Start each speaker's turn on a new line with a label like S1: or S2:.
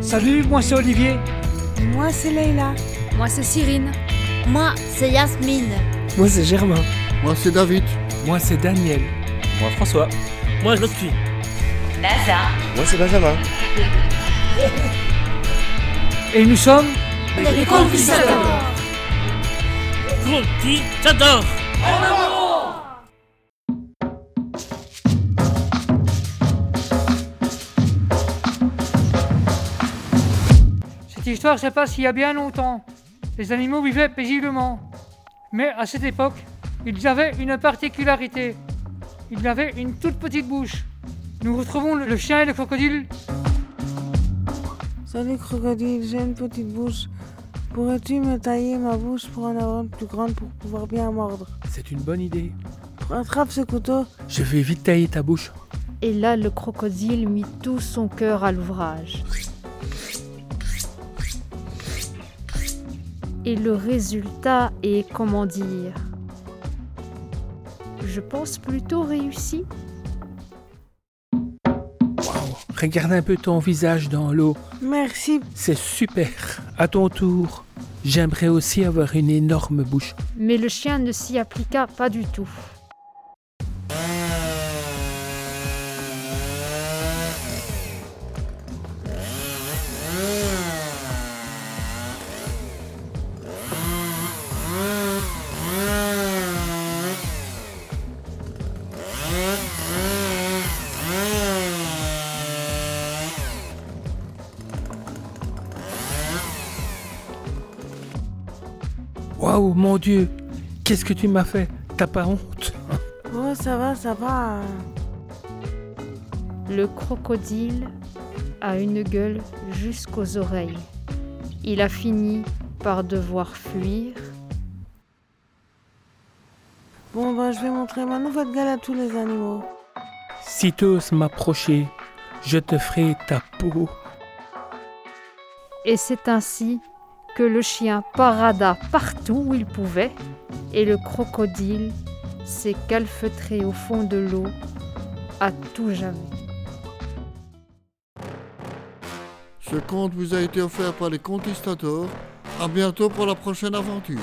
S1: Salut, moi c'est Olivier.
S2: Moi, c'est Leïla.
S3: Moi, c'est Cyrine.
S4: Moi, c'est Yasmine.
S5: Moi, c'est Germain.
S6: Moi, c'est David.
S7: Moi, c'est Daniel.
S8: Moi, François.
S9: Moi, je me suis.
S10: NASA.
S11: Moi, c'est Benjamin.
S1: Et nous sommes.
S12: Les, les confisateurs.
S9: Confisateurs.
S1: Cette histoire se passe il y a bien longtemps. Les animaux vivaient paisiblement. Mais à cette époque, ils avaient une particularité. Ils avaient une toute petite bouche. Nous retrouvons le le chien et le crocodile.
S2: Salut crocodile, j'ai une petite bouche. Pourrais-tu me tailler ma bouche pour en avoir une plus grande pour pouvoir bien mordre
S7: C'est une bonne idée.
S2: Attrape ce couteau.
S7: Je vais vite tailler ta bouche.
S3: Et là, le crocodile mit tout son cœur à l'ouvrage. Et le résultat est, comment dire, je pense plutôt réussi.
S7: Regarde un peu ton visage dans l'eau.
S2: Merci.
S7: C'est super. À ton tour. J'aimerais aussi avoir une énorme bouche.
S3: Mais le chien ne s'y appliqua pas du tout.
S7: Waouh, mon Dieu. Qu'est-ce que tu m'as fait T'as pas honte
S2: Oh, ça va, ça va.
S3: Le crocodile a une gueule jusqu'aux oreilles. Il a fini par devoir fuir.
S2: Bon, bah, je vais montrer ma nouvelle gueule à tous les animaux.
S7: Si t'oses m'approcher, je te ferai ta peau.
S3: Et c'est ainsi que le chien parada partout où il pouvait et le crocodile s'est calfeutré au fond de l'eau à tout jamais.
S6: Ce conte vous a été offert par les Conquistators. À bientôt pour la prochaine aventure.